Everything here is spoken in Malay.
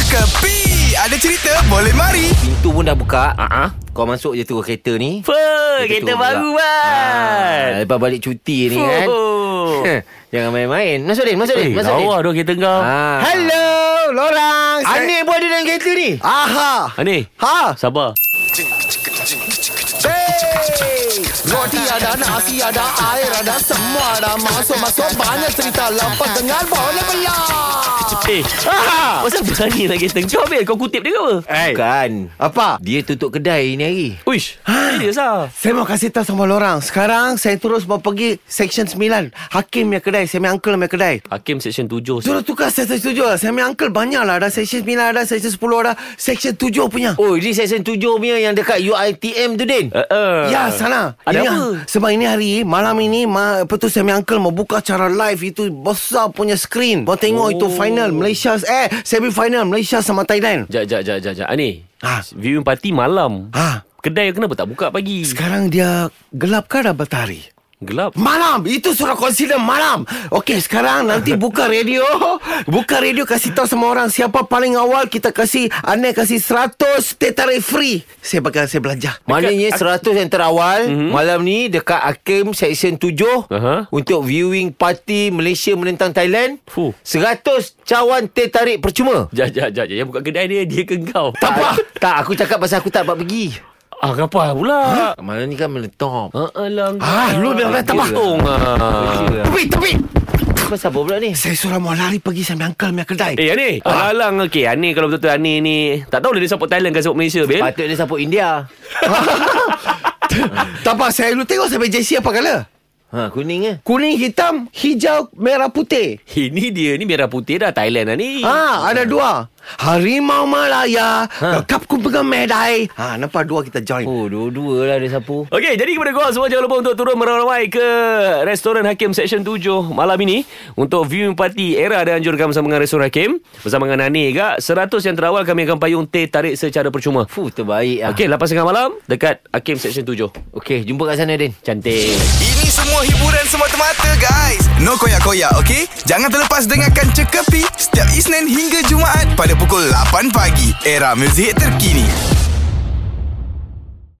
Kepi Ada cerita boleh mari Pintu pun dah buka uh-huh. Kau masuk je tu kereta ni Fuh, Kereta tu kereta baru pula. bang. Ah, Lepas balik cuti ni kan Fuh. Jangan main-main Masuk Din Masuk Din Eh, Masuk Din lawa dah kereta kau. Ah. Hello, Oh, lorang. Anik pun ada dalam kereta ni Aha. Ani, Ha. Ah, sabar. Roti ada, nasi ada, air ada, semua ada. Masuk-masuk banyak cerita. Lepas dengar boleh belah. Eh, Aha. masa berani nak kereta kau, Bil? Kau kutip dia ke apa? Hey. Bukan Apa? Dia tutup kedai ni hari Uish, serius lah. Saya mau kasih tahu sama lorang. Sekarang saya terus mau pergi Section 9. Hakim punya kedai. Saya punya uncle punya kedai. Hakim Seksyen 7. Suruh tukar saya setuju lah. Saya punya uncle banyak lah. Ada Section 9, ada Section 10, ada Section 7 punya. Oh ini section 7 punya Yang dekat UITM tu Din Uh, uh. Ya sana Ada ini, apa? Sebab ini hari Malam ini ma, Apa tu saya punya uncle Mau buka cara live Itu besar punya screen Mau tengok oh. itu final Malaysia Eh semi final Malaysia sama Thailand Jap, jap, jap, jap, jap. Ani, Ha. viewing party malam. Ha Kedai kenapa tak buka pagi? Sekarang dia Gelap ke dah matahari Gelap. Malam Itu suruh consider malam Okey sekarang Nanti buka radio Buka radio Kasih tahu sama orang Siapa paling awal Kita kasih Anda kasih 100 Tetarif free Saya bakal saya belanja Maknanya 100 yang terawal Mhm. Malam ni Dekat Hakim Section 7 Aha. Untuk viewing party Malaysia menentang Thailand Fuh. 100 cawan teh tarik percuma Jap, jap, jap. jap. Yang buka kedai dia, dia ke kau. Tak apa Tak aku cakap pasal aku tak dapat pergi Ah, kenapa pula? Malam ni kan meletup Ha, alang. Ah, lu dah- dah tak Potong, ah. Tepi tepi Pasal apa pula ni Saya suruh mau lari Pergi sama uncle punya kedai Eh Ani ah. Alang okey Ani kalau betul-betul Ani ni Tak tahu dia support Thailand ke support Malaysia Bil Patut dia support India Tak apa saya dulu tengok sampai JC apa color Ha kuning ke Kuning hitam Hijau merah putih Ini dia ni merah putih dah Thailand lah ni Ha ada dua Harimau Malaya ha. Kapku pegang medai Ha nampak dua kita join Oh dua-dua lah dia sapu Okey, jadi kepada korang semua jangan lupa untuk turun meramai ke Restoran Hakim Seksyen 7 malam ini untuk viewing party era dan anjurkan bersama dengan Restoran Hakim bersama dengan Nani juga 100 yang terawal kami akan payung teh tarik secara percuma. Fuh terbaik lah Okey, 8.30 malam dekat Hakim Seksyen 7. okay jumpa kat sana Din Cantik. Ini semua hiburan semata-mata guys No koyak-koyak ok Jangan terlepas dengarkan Cekapi Setiap Isnin hingga Jumaat Pada pukul 8 pagi Era muzik terkini